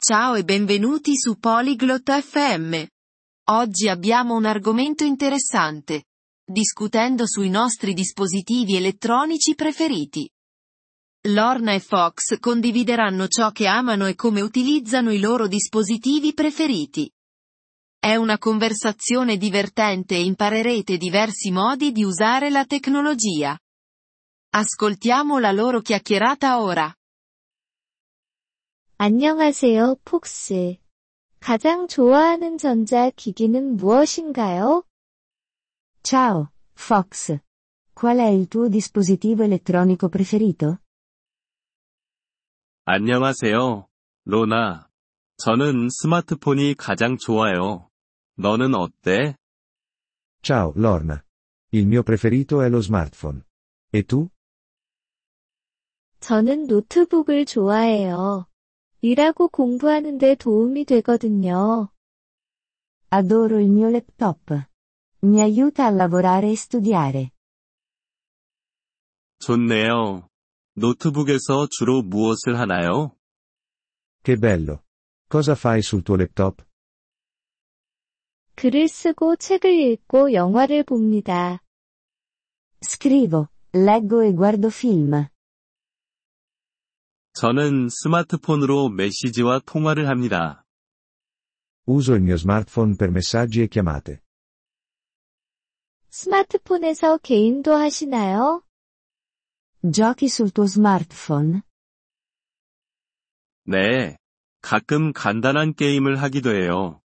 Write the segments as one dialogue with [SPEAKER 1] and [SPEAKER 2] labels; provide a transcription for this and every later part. [SPEAKER 1] Ciao e benvenuti su Polyglot FM. Oggi abbiamo un argomento interessante. Discutendo sui nostri dispositivi elettronici preferiti. Lorna e Fox condivideranno ciò che amano e come utilizzano i loro dispositivi preferiti. È una conversazione divertente e imparerete diversi modi di usare la tecnologia. Ascoltiamo la loro chiacchierata ora.
[SPEAKER 2] 안녕하세요, 폭스. 가장 좋아하는 전자기기는 무엇인가요?
[SPEAKER 3] Ciao, Fox. Qual è il tuo dispositivo elettronico preferito?
[SPEAKER 4] 안녕하세요, 로나. 저는 스마트폰이 가장 좋아요. 너는 어때?
[SPEAKER 5] Ciao, Lorna. Il mio preferito è lo smartphone. E tu?
[SPEAKER 2] 저는 노트북을 좋아해요. 일하고 공부하는데 도움이 되거든요.
[SPEAKER 3] Adoro il mio laptop. Mi aiuta a lavorare e studiare.
[SPEAKER 4] 좋네요. 노트북에서 주로 무엇을 하나요?
[SPEAKER 5] Che bello. Cosa fai sul tuo laptop?
[SPEAKER 2] 글을 쓰고 책을 읽고 영화를 봅니다.
[SPEAKER 3] Scrivo, leggo e guardo film.
[SPEAKER 4] 저는 스마트폰으로 메시지와 통화를 합니다.
[SPEAKER 5] Uso il mio smartphone per messaggi e chiamate.
[SPEAKER 2] 스마트폰에서 게임도 하시나요?
[SPEAKER 3] Giochi sul tuo smartphone?
[SPEAKER 4] 네. 가끔 간단한 게임을 하기도 해요.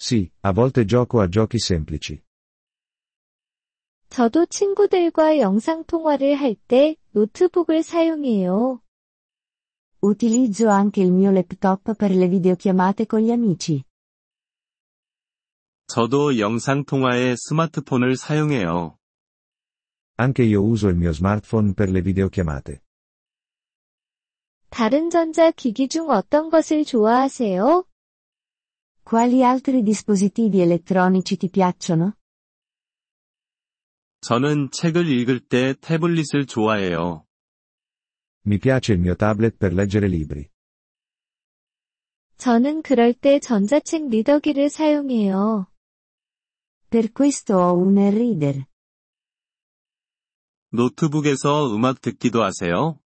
[SPEAKER 5] Sì, a volte gioco a giochi semplici.
[SPEAKER 2] 저도 친구들과 영상통화를 할 때 노트북을 사용해요.
[SPEAKER 3] Utilizzo anche il mio laptop per le videochiamate con gli amici.
[SPEAKER 4] 저도 영상통화에 스마트폰을 사용해요.
[SPEAKER 5] Anche io uso il mio smartphone per le videochiamate.
[SPEAKER 2] 다른 전자기기 중 어떤 것을 좋아하세요?
[SPEAKER 3] Quali altri dispositivi elettronici ti piacciono?
[SPEAKER 4] 저는 책을 읽을 때 태블릿을 좋아해요.
[SPEAKER 5] Mi piace il mio tablet per leggere libri.
[SPEAKER 2] 저는 그럴 때 전자책 리더기를 사용해요.
[SPEAKER 3] Per questo ho un e-reader.
[SPEAKER 4] 노트북에서 음악 듣기도 하세요?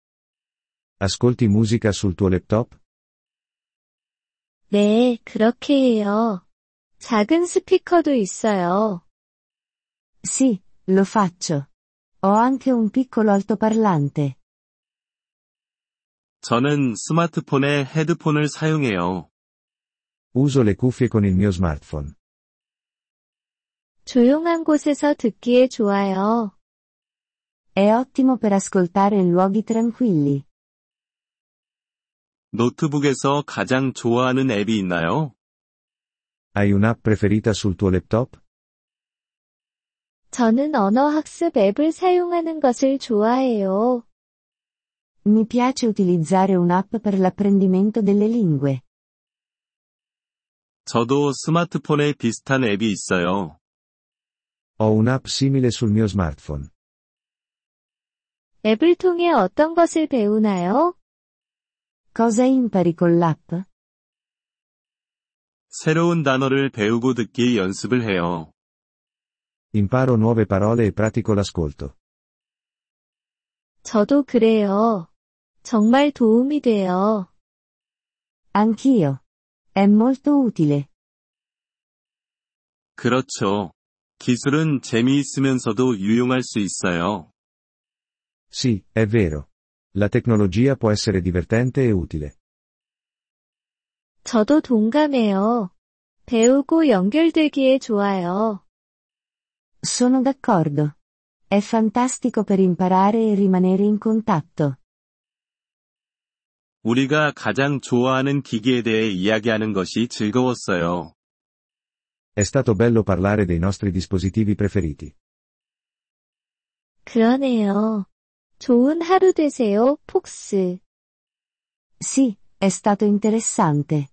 [SPEAKER 5] Ascolti musica sul tuo laptop?
[SPEAKER 2] 네, 그렇게 해요. 작은 스피커도 있어요.
[SPEAKER 3] Sì, lo faccio. Ho anche un piccolo altoparlante.
[SPEAKER 4] 저는 스마트폰에 헤드폰을 사용해요.
[SPEAKER 5] Uso le cuffie con il mio smartphone.
[SPEAKER 2] 조용한 곳에서 듣기에 좋아요.
[SPEAKER 3] È ottimo per ascoltare in luoghi tranquilli.
[SPEAKER 4] 노트북에서 가장 좋아하는 앱이 있나요?
[SPEAKER 5] Hai un'app preferita sul tuo laptop?
[SPEAKER 2] 저는 언어학습 앱을 사용하는 것을 좋아해요.
[SPEAKER 3] Mi piace utilizzare un'app per l'apprendimento delle lingue.
[SPEAKER 4] 저도 스마트폰에 비슷한 앱이 있어요.
[SPEAKER 5] Ho un'app simile sul mio smartphone.
[SPEAKER 2] 앱을 통해 어떤 것을 배우나요?
[SPEAKER 3] Cosa impari con l'app?
[SPEAKER 4] 새로운 단어를 배우고 듣기 연습을 해요.
[SPEAKER 5] Imparo nuove parole e pratico l'ascolto.
[SPEAKER 2] 저도 그래요. 정말 도움이 돼요.
[SPEAKER 3] Anch'io. È molto utile.
[SPEAKER 4] 그렇죠. 기술은 재미있으면서도 유용할 수 있어요.
[SPEAKER 5] Sì, è vero. La tecnologia può essere divertente e utile.
[SPEAKER 2] 저도 동감해요. 배우고 연결되기에 좋아요.
[SPEAKER 3] Sono d'accordo. È fantastico per imparare e rimanere in contatto.
[SPEAKER 4] 우리가 가장 좋아하는 기기에 대해 이야기하는 것이 즐거웠어요.
[SPEAKER 5] È stato bello parlare dei nostri dispositivi preferiti.
[SPEAKER 2] 그러네요. 좋은 하루 되세요, 폭스.
[SPEAKER 3] Sì, è stato interessante.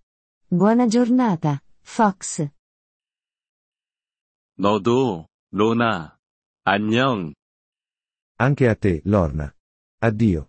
[SPEAKER 3] Buona giornata, Fox.
[SPEAKER 4] 너도, 로나. 안녕.
[SPEAKER 5] Anche a te, Lorna. Addio.